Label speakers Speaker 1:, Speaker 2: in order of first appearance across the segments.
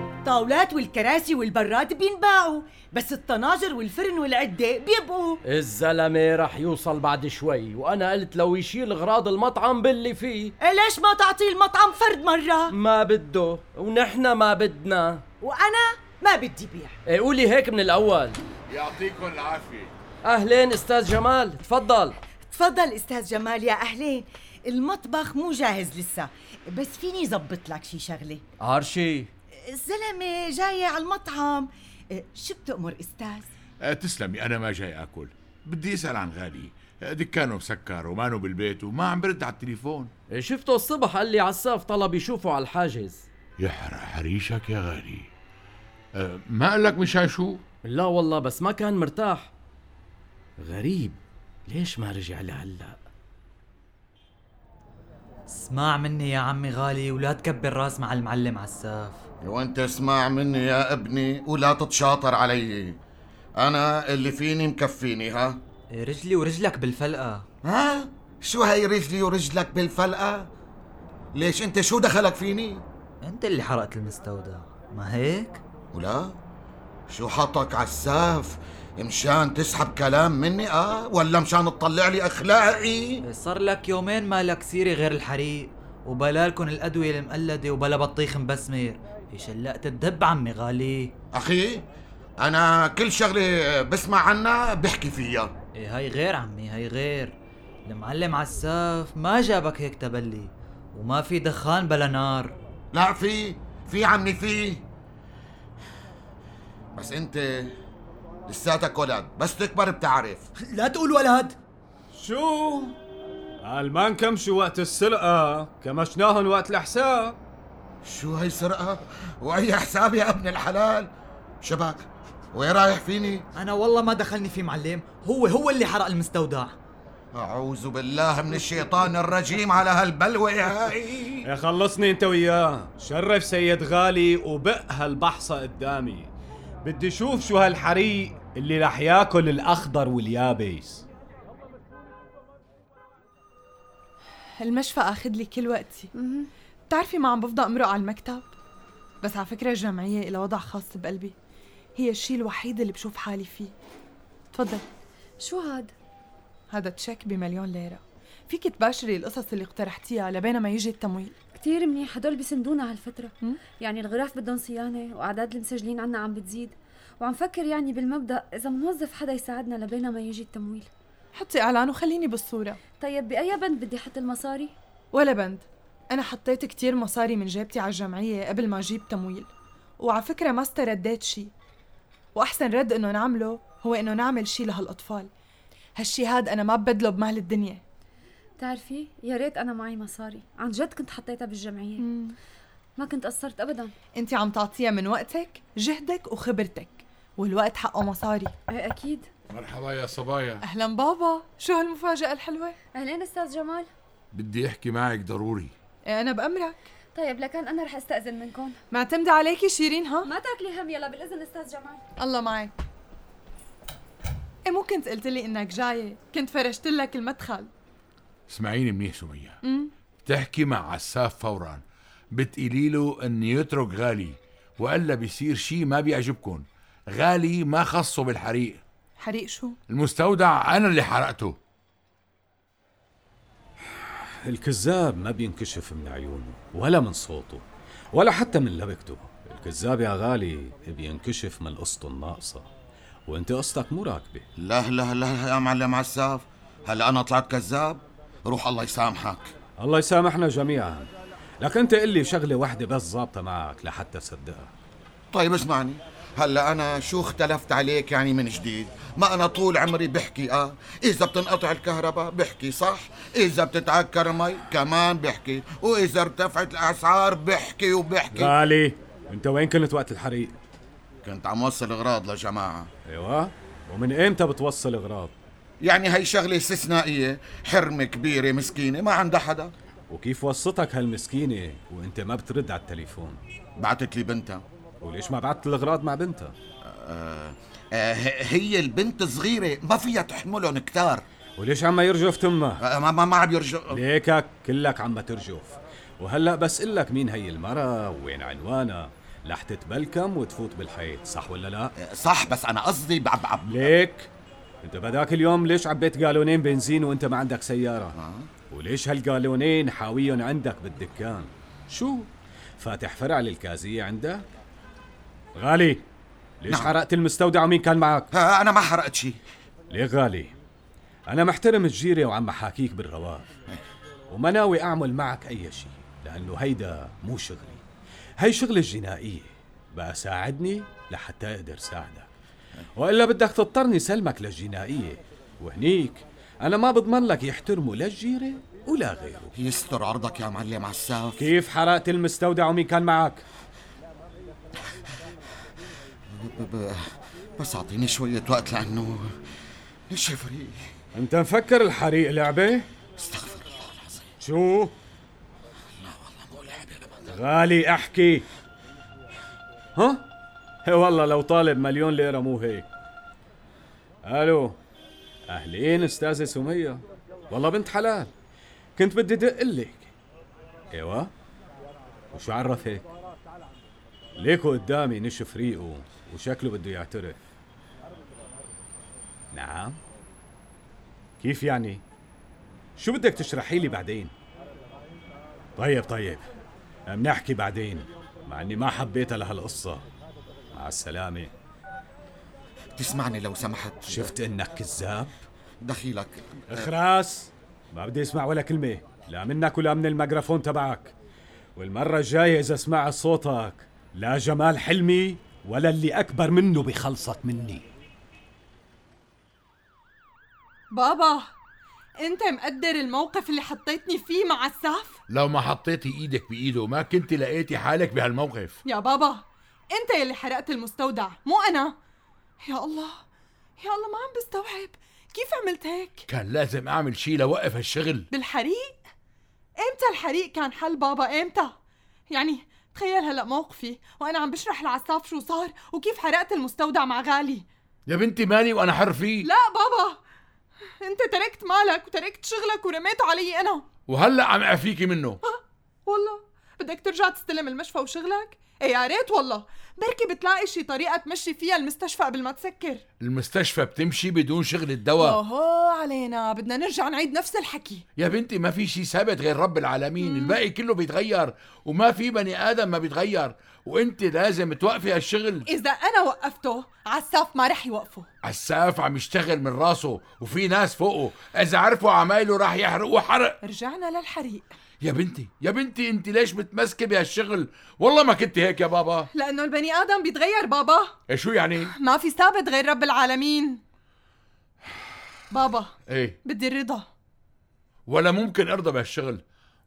Speaker 1: الشاشات والكراسي والبراد بينباعوا بس الطناجر والفرن والعدة بيبقوا
Speaker 2: الزلمة رح يوصل بعد شوي وأنا قلت لو يشيل غراض المطعم باللي فيه
Speaker 1: إيه ليش ما تعطيه المطعم فرد مرة
Speaker 2: ما بده ونحن ما بدنا
Speaker 1: وأنا ما بدي بيع
Speaker 2: إيه قولي هيك من الأول
Speaker 3: يعطيكم العافية
Speaker 2: أهلين أستاذ جمال تفضل
Speaker 1: تفضل استاذ جمال يا اهلين المطبخ مو جاهز لسه بس فيني زبط لك شي شغله
Speaker 2: عرشي
Speaker 1: الزلمه جاي على المطعم إيه، شو بتأمر استاذ
Speaker 3: آه، تسلمي أنا ما جاي آكل بدي أسأل عن غالي آه، دكانه مسكر ومانه بالبيت وما عم برد على التليفون
Speaker 2: إيه شفته الصبح قال لي عساف طلب يشوفه على الحاجز
Speaker 3: يحرق حريشك يا غالي آه، ما قال لك مشان شو؟
Speaker 2: لا والله بس ما كان مرتاح غريب ليش ما رجع لهلا
Speaker 4: اسمع مني يا عمي غالي ولا تكبر راس مع المعلم عساف
Speaker 5: وانت اسمع مني يا ابني ولا تتشاطر علي انا اللي فيني مكفيني ها
Speaker 4: إيه، رجلي ورجلك بالفلقة
Speaker 5: ها شو هاي رجلي ورجلك بالفلقة ليش انت شو دخلك فيني
Speaker 4: انت اللي حرقت المستودع ما هيك؟
Speaker 5: ولا شو حطك عالساف مشان تسحب كلام مني اه ولا مشان تطلع لي اخلاقي
Speaker 4: إيه، صار لك يومين مالك سيري غير الحريق وبلالكن الأدوية المقلدة وبلا بطيخ مبسمير إيه، شلقت الدب عمي غالي
Speaker 5: اخي انا كل شغله بسمع عنها بحكي فيها
Speaker 4: إيه هاي غير عمي هاي غير المعلم عساف ما جابك هيك تبلي وما في دخان بلا نار
Speaker 5: لا في في عمي في بس انت لساتك ولد بس تكبر بتعرف
Speaker 4: لا تقول ولد
Speaker 6: شو؟ قال ما نكمشوا وقت السرقة كمشناهن وقت الحساب
Speaker 5: شو هاي سرقة واي حساب يا ابن الحلال شبك وين رايح فيني
Speaker 4: أنا والله ما دخلني في معلم هو هو اللي حرق المستودع
Speaker 5: اعوذ بالله من الشيطان الرجيم على هالبلوة هاي
Speaker 6: يا خلصني انت وياه شرف سيد غالي وبق هالبحصة قدامي بدي شوف شو هالحريق اللي رح ياكل الاخضر واليابس
Speaker 7: هالمشفى اخذ لي كل وقتي بتعرفي ما عم بفضى امرق على المكتب بس على فكره الجمعيه لها وضع خاص بقلبي هي الشيء الوحيد اللي بشوف حالي فيه تفضل
Speaker 8: شو هاد؟
Speaker 7: هذا تشيك بمليون ليره فيك تباشري القصص اللي اقترحتيها لبين ما يجي التمويل
Speaker 8: كتير منيح هدول بيسندونا هالفترة
Speaker 7: مم.
Speaker 8: يعني الغرف بدهم صيانة وأعداد المسجلين عنا عم بتزيد وعم فكر يعني بالمبدأ إذا منوظف حدا يساعدنا لبين ما يجي التمويل
Speaker 7: حطي اعلان وخليني بالصوره
Speaker 8: طيب بأي بند بدي أحط المصاري؟
Speaker 7: ولا بند انا حطيت كتير مصاري من جيبتي على الجمعيه قبل ما اجيب تمويل وعلى فكره ما استرديت شي واحسن رد انه نعمله هو انه نعمل شي لهالاطفال هالشي هاد انا ما ببدله بمال الدنيا
Speaker 8: بتعرفي يا ريت أنا معي مصاري عن جد كنت حطيتها بالجمعية ما كنت قصرت أبدا
Speaker 7: انت عم تعطيها من وقتك جهدك وخبرتك والوقت حقه مصاري
Speaker 8: إيه أكيد
Speaker 3: مرحبا يا صبايا
Speaker 7: اهلا بابا شو هالمفاجاه الحلوه
Speaker 8: أهلين أستاذ جمال
Speaker 3: بدي أحكي معك ضروري
Speaker 7: إيه انا بامرك
Speaker 8: طيب لكن أنا رح أستأذن منكم
Speaker 7: معتمده عليكي شيرين ها
Speaker 8: ما تاكلي هم يلا بالإذن أستاذ جمال
Speaker 7: الله معك ايه مو كنت قلت لي انك جايه كنت فرشت لك المدخل
Speaker 3: اسمعيني منيح سمية
Speaker 7: مم.
Speaker 3: تحكي مع عساف فورا بتقولي له أن يترك غالي وإلا بيصير شي ما بيعجبكم غالي ما خصه بالحريق
Speaker 7: حريق شو
Speaker 3: المستودع أنا اللي حرقته
Speaker 9: الكذاب ما بينكشف من عيونه ولا من صوته ولا حتى من لبكته الكذاب يا غالي بينكشف من قصته الناقصة وانت قصتك مو راكبة
Speaker 5: لا لا لا يا معلم عساف هلا انا طلعت كذاب روح الله يسامحك
Speaker 9: الله يسامحنا جميعا لك انت قلي شغلة واحدة بس ظابطة معك لحتى صدقها
Speaker 5: طيب اسمعني هلا انا شو اختلفت عليك يعني من جديد ما انا طول عمري بحكي اه اذا بتنقطع الكهرباء بحكي صح اذا بتتعكر المي كمان بحكي واذا ارتفعت الاسعار بحكي وبحكي
Speaker 9: غالي انت وين كنت وقت الحريق؟
Speaker 5: كنت عم وصل اغراض لجماعه
Speaker 9: ايوه ومن ايمتى بتوصل اغراض؟
Speaker 5: يعني هي شغله استثنائيه حرمه كبيره مسكينه ما عندها حدا
Speaker 9: وكيف وصتك هالمسكينة وانت ما بترد على التليفون؟
Speaker 5: بعتت لي بنتها
Speaker 9: وليش ما بعت الاغراض مع بنتها؟
Speaker 5: آه ه- هي البنت صغيره ما فيها تحملهم كتار
Speaker 9: وليش عم يرجف تمها؟
Speaker 5: آه ما ما ما عم يرجع
Speaker 9: ليكك كلك عم ترجف وهلا بس قلك مين هي المرة وين عنوانها رح تتبلكم وتفوت بالحيط صح ولا لا؟
Speaker 5: آه، صح بس انا قصدي بعب بعب
Speaker 9: ليك انت بداك اليوم ليش عبيت galonين بنزين وانت ما عندك سيارة؟ وليش هالجالونين حاويهم عندك بالدكان؟ شو؟ فاتح فرع للكازية عندك؟ غالي ليش
Speaker 5: نعم.
Speaker 9: حرقت المستودع ومين كان معك؟
Speaker 5: ها انا آه، ما حرقت شيء
Speaker 9: ليه غالي؟ أنا محترم الجيرة وعم حاكيك بالرواق وما ناوي أعمل معك أي شيء لأنه هيدا مو شغلي هي شغلة جنائية بقى ساعدني لحتى أقدر ساعدك وإلا بدك تضطرني سلمك للجنائية وهنيك أنا ما بضمن لك يحترموا لا الجيرة ولا غيره
Speaker 5: يستر عرضك يا معلم عساف
Speaker 9: كيف حرقت المستودع ومين كان معك؟
Speaker 5: ب- ب- بس اعطيني شوية وقت لانه ليش فريق
Speaker 9: أنت مفكر الحريق لعبة؟
Speaker 5: استغفر الله العظيم
Speaker 9: شو؟
Speaker 5: مو لعبة أبداً.
Speaker 9: غالي احكي ها إيه والله لو طالب مليون ليره مو هيك الو اهلين استاذه سميه والله بنت حلال كنت بدي دق لك ايوا وشو عرفك ليكو قدامي نشف ريقه وشكله بده يعترف نعم كيف يعني شو بدك تشرحي لي بعدين طيب طيب بنحكي بعدين مع اني ما حبيتها لهالقصة مع السلامة
Speaker 5: تسمعني لو سمحت
Speaker 9: شفت انك كذاب
Speaker 5: دخيلك
Speaker 9: اخراس ما بدي اسمع ولا كلمة لا منك ولا من الميكروفون تبعك والمرة الجاية اذا سمعت صوتك لا جمال حلمي ولا اللي اكبر منه بخلصك مني
Speaker 7: بابا انت مقدر الموقف اللي حطيتني فيه مع السعف
Speaker 3: لو ما حطيتي ايدك بايده ما كنت لقيتي حالك بهالموقف
Speaker 7: يا بابا انت يلي حرقت المستودع مو انا يا الله يا الله ما عم بستوعب كيف عملت هيك
Speaker 3: كان لازم اعمل شيء لوقف هالشغل
Speaker 7: بالحريق امتى الحريق كان حل بابا امتى يعني تخيل هلا موقفي وانا عم بشرح لعساف شو صار وكيف حرقت المستودع مع غالي
Speaker 3: يا بنتي مالي وانا حر فيه
Speaker 7: لا بابا انت تركت مالك وتركت شغلك ورميته علي انا
Speaker 3: وهلا عم اعفيكي منه
Speaker 7: والله بدك ترجع تستلم المشفى وشغلك؟ ايه يا ريت والله بركي بتلاقي شي طريقة تمشي فيها المستشفى قبل ما تسكر
Speaker 3: المستشفى بتمشي بدون شغل
Speaker 7: آه.
Speaker 3: الدواء
Speaker 7: اوهو علينا بدنا نرجع نعيد نفس الحكي
Speaker 3: يا بنتي ما في شيء ثابت غير رب العالمين الباقي كله بيتغير وما في بني ادم ما بيتغير وانت لازم توقفي هالشغل
Speaker 7: إذا أنا وقفته عساف ما رح يوقفه
Speaker 3: عساف عم يشتغل من راسه وفي ناس فوقه اذا عرفوا عمايله راح يحرقوه حرق
Speaker 7: رجعنا للحريق
Speaker 3: يا بنتي يا بنتي انت ليش متمسكه بهالشغل والله ما كنت هيك يا بابا
Speaker 7: لأنه البني آدم بيتغير بابا
Speaker 3: إيه شو يعني
Speaker 7: ما في ثابت غير رب العالمين بابا
Speaker 3: ايه
Speaker 7: بدي الرضا
Speaker 3: ولا ممكن ارضى بهالشغل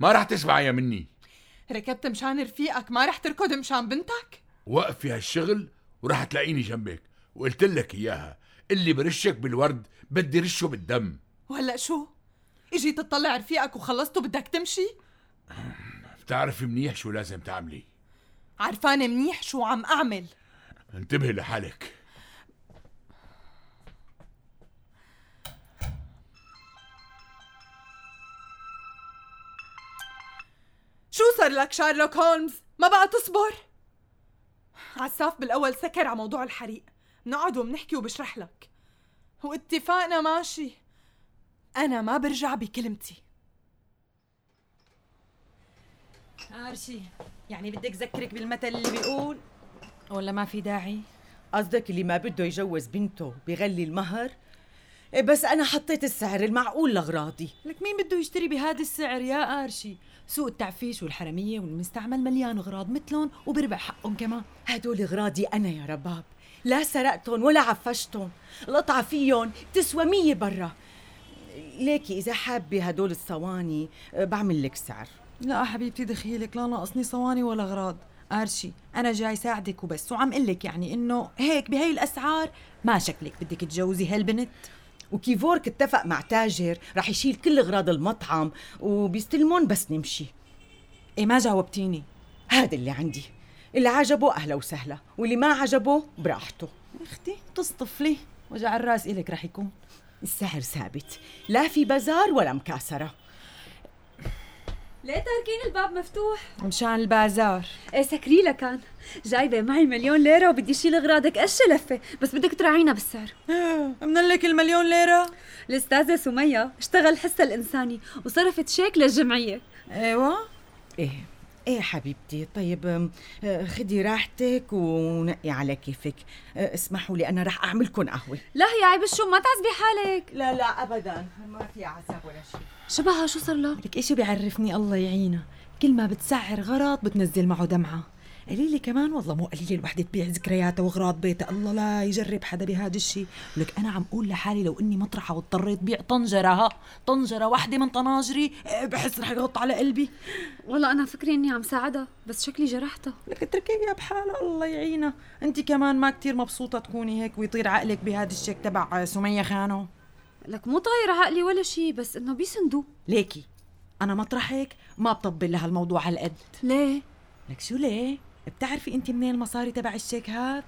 Speaker 3: ما راح تسمعيها مني
Speaker 7: ركبت مشان رفيقك ما رح تركض مشان بنتك
Speaker 3: وقفي هالشغل وراح تلاقيني جنبك وقلت لك اياها اللي برشك بالورد بدي رشه بالدم
Speaker 7: وهلأ شو؟ اجي تطلع رفيقك وخلصته بدك تمشي؟
Speaker 3: بتعرفي منيح شو لازم تعملي
Speaker 7: عرفانة منيح شو عم أعمل
Speaker 3: انتبهي لحالك
Speaker 7: شو صار لك شارلوك هولمز؟ ما بقى تصبر؟ عساف بالأول سكر على موضوع الحريق نقعد وبنحكي وبشرح لك واتفاقنا ماشي أنا ما برجع بكلمتي
Speaker 10: عرشي يعني بدك ذكرك بالمثل اللي بيقول ولا ما في داعي
Speaker 1: قصدك اللي ما بده يجوز بنته بغلي المهر إيه بس أنا حطيت السعر المعقول لأغراضي
Speaker 10: لك مين بده يشتري بهذا السعر يا قارشي سوق التعفيش والحرمية والمستعمل مليان أغراض مثلهم وبربع حقهم كمان
Speaker 1: هدول أغراضي أنا يا رباب لا سرقتهم ولا عفشتهم القطعة فيهم بتسوى مية برا ليكي إذا حابة هدول الصواني آه، بعمل لك سعر
Speaker 10: لا حبيبتي دخيلك لا ناقصني صواني ولا أغراض قارشي أنا جاي ساعدك وبس وعم قلك يعني إنه هيك بهي الأسعار ما شكلك بدك تجوزي هالبنت
Speaker 1: وكيفورك اتفق مع تاجر رح يشيل كل أغراض المطعم وبيستلمون بس نمشي
Speaker 10: إيه ما جاوبتيني
Speaker 1: هذا اللي عندي اللي عجبه أهلا وسهلا واللي ما عجبه براحته
Speaker 10: أختي تصطفلي وجع الراس إلك رح يكون
Speaker 1: السعر ثابت لا في بازار ولا مكاسرة
Speaker 8: ليه تاركين الباب مفتوح؟
Speaker 10: مشان البازار
Speaker 8: ايه سكري لكان جايبه معي مليون ليره وبدي شيل اغراضك قش لفه بس بدك تراعينا بالسعر
Speaker 10: من لك المليون ليرة؟
Speaker 8: الاستاذه سميه اشتغل حسها الانساني وصرفت شيك للجمعيه
Speaker 10: ايوه
Speaker 1: ايه ايه حبيبتي طيب أم، آه، خدي راحتك ونقي على كيفك آه، اسمحوا لي انا رح اعملكم قهوه
Speaker 8: لا هي عيب الشو ما تعزبي حالك
Speaker 1: لا لا ابدا ما في عذاب ولا شيء
Speaker 8: شبهها شو صار لها؟
Speaker 10: لك اشي بيعرفني الله يعينها كل ما بتسعر غراض بتنزل معه دمعة قليلة كمان والله مو قليلة الوحدة تبيع ذكرياتها وغراض بيتها الله لا يجرب حدا بهذا الشيء لك أنا عم أقول لحالي لو إني مطرحة واضطريت بيع طنجرة ها طنجرة واحدة من طناجري إيه، بحس رح يغط على قلبي
Speaker 8: والله انا فكري اني عم ساعدها بس شكلي جرحتها
Speaker 10: لك اتركيها بحالها الله يعينها انت كمان ما كتير مبسوطة تكوني هيك ويطير عقلك بهذا الشيك تبع سمية خانو
Speaker 8: لك مو طايره عقلي ولا شيء بس انه بيسندوه
Speaker 10: ليكي أنا مطرحك ما بطبل لها الموضوع هالقد
Speaker 8: ليه؟
Speaker 10: لك شو ليه؟ بتعرفي انت منين المصاري تبع الشيك هاد؟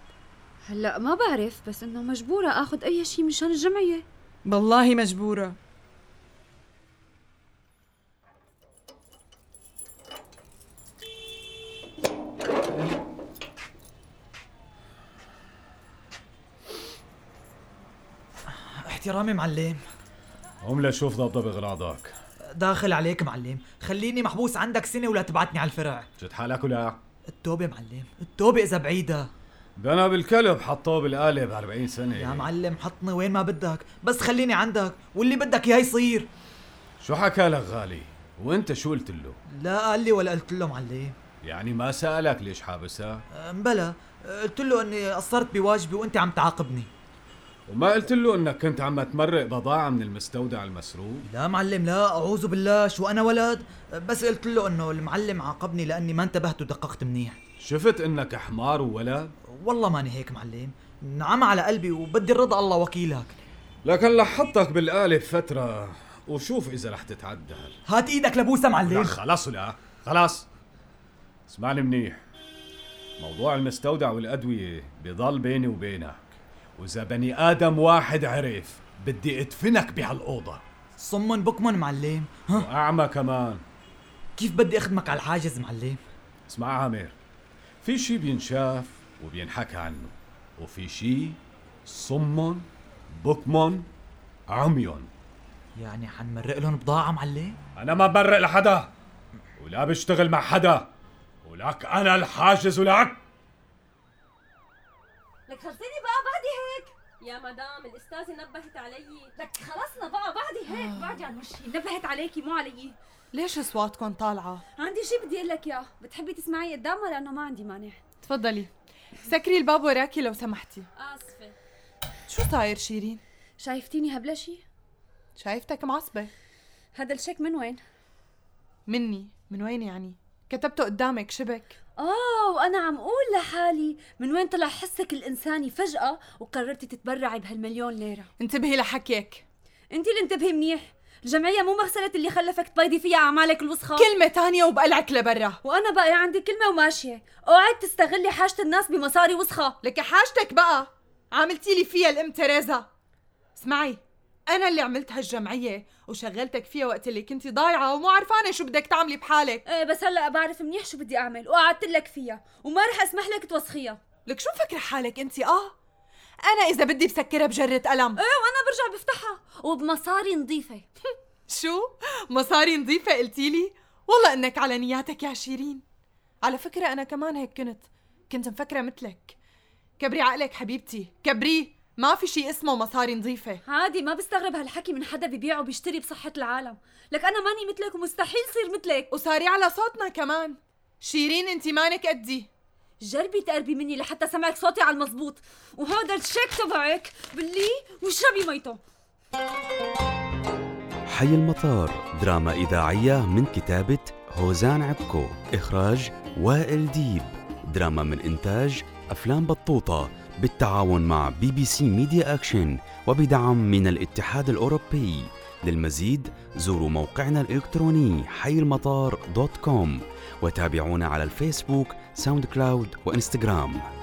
Speaker 8: هلا ما بعرف بس انه مجبوره اخذ اي شيء مشان الجمعيه
Speaker 10: والله مجبورة
Speaker 4: احترامي معلم
Speaker 9: قوم لشوف ضبضب اغراضك
Speaker 4: داخل عليك معلم خليني محبوس عندك سنة ولا تبعتني على الفرع
Speaker 9: جد حالك ولا؟
Speaker 4: التوبة معلم التوبة إذا بعيدة
Speaker 9: ده انا بالكلب حطوه بالقالب 40
Speaker 4: يا
Speaker 9: سنة
Speaker 4: معلم حطني وين ما بدك بس خليني عندك واللي بدك إياه يصير
Speaker 9: شو حكى لك غالي؟ وانت شو قلت له؟
Speaker 4: لا قال لي ولا قلت له معلم
Speaker 9: يعني ما سألك ليش حابسها؟
Speaker 4: امبلا قلت له اني قصرت بواجبي وانت عم تعاقبني
Speaker 9: وما قلت له انك كنت عم تمرق بضاعة من المستودع المسروق؟
Speaker 4: لا معلم لا اعوذ بالله شو انا ولد بس قلت له انه المعلم عاقبني لاني ما انتبهت ودققت منيح
Speaker 9: شفت انك حمار وولد؟
Speaker 4: والله ماني هيك معلم نعم على قلبي وبدي الرضا الله وكيلك
Speaker 9: لكن رح حطك بالقالب فترة وشوف إذا رح تتعدل
Speaker 4: هات ايدك لبوسه
Speaker 9: لا
Speaker 4: معلم
Speaker 9: خلاص لا خلاص اسمعني منيح موضوع المستودع والأدوية بضل بيني وبينك وإذا بني آدم واحد عرف بدي أدفنك بهالأوضة
Speaker 4: صم بكمن معلم ها
Speaker 9: وأعمى كمان
Speaker 4: كيف بدي اخدمك على الحاجز معلم
Speaker 9: اسمع عامر في شي بينشاف وبينحكى عنه وفي شي صم بكم عمي
Speaker 4: يعني حنمرق لهم بضاعه معلم
Speaker 9: أنا ما برق لحدا ولا بشتغل مع حدا ولك أنا الحاجز ولك
Speaker 11: لك خلصيني بقى بعدي هيك يا مدام الاستاذه نبهت علي لك خلصنا بقى بعدي هيك بعدي عن وشي نبهت عليكي مو علي
Speaker 7: آه. ليش اصواتكم طالعة؟
Speaker 11: عندي شي بدي اقول لك اياه بتحبي تسمعي قدامها لانه ما عندي مانع
Speaker 7: تفضلي سكري الباب وراكي لو سمحتي
Speaker 11: اسفه
Speaker 7: شو صاير شيرين؟
Speaker 8: شايفتيني هبله شي
Speaker 7: شايفتك معصبة
Speaker 11: هذا الشيك من وين
Speaker 7: مني من وين يعني؟ كتبته قدامك شبك
Speaker 11: اه وانا عم اقول لحالي من وين طلع حسك الانساني فجاه وقررتي تتبرعي بهالمليون ليره
Speaker 7: انتبهي لحكيك
Speaker 11: انت اللي انتبهي منيح الجمعيه مو مغسله اللي خلفك تبيضي فيها اعمالك الوسخه
Speaker 7: كلمة تانية وبقلعك لبرا
Speaker 11: وانا بقى يعني عندي كلمه وماشيه اوعي تستغلي حاجه الناس بمصاري وسخه
Speaker 7: لك حاجتك بقى عملتي لي فيها الام تريزا اسمعي انا اللي عملت هالجمعيه وشغلتك فيها وقت اللي كنتي ضايعه ومو عرفانه شو بدك تعملي بحالك
Speaker 11: ايه بس هلا بعرف منيح شو بدي اعمل وقعدت لك فيها وما رح اسمح لك توسخيها
Speaker 7: لك شو مفكره حالك انت اه انا اذا بدي بسكرها بجره قلم
Speaker 11: انا إيه، برجع بفتحها وبمصاري نظيفه
Speaker 7: شو مصاري نظيفه قلتيلي والله انك على نياتك يا شيرين على فكره انا كمان هيك كنت كنت مفكره مثلك كبري عقلك حبيبتي كبريه ما في شي اسمه مصاري نظيفه
Speaker 11: عادي ما بستغرب هالحكي من حدا ببيع وبيشتري بصحه العالم لك انا ماني مثلك ومستحيل صير مثلك
Speaker 7: وصاري على صوتنا كمان شيرين انت مانك قدي
Speaker 11: جربي تقربي مني لحتى سمعك صوتي على المزبوط وهذا الشيك تبعك بلي واشربي ميته
Speaker 12: حي المطار دراما إذاعية من كتابة هوزان عبكو إخراج وائل ديب دراما من إنتاج أفلام بطوطة بالتعاون مع بي بي سي ميديا أكشن وبدعم من الاتحاد الأوروبي للمزيد زوروا موقعنا الإلكتروني حي المطار دوت كوم وتابعونا على الفيسبوك ساوند كلاود وإنستغرام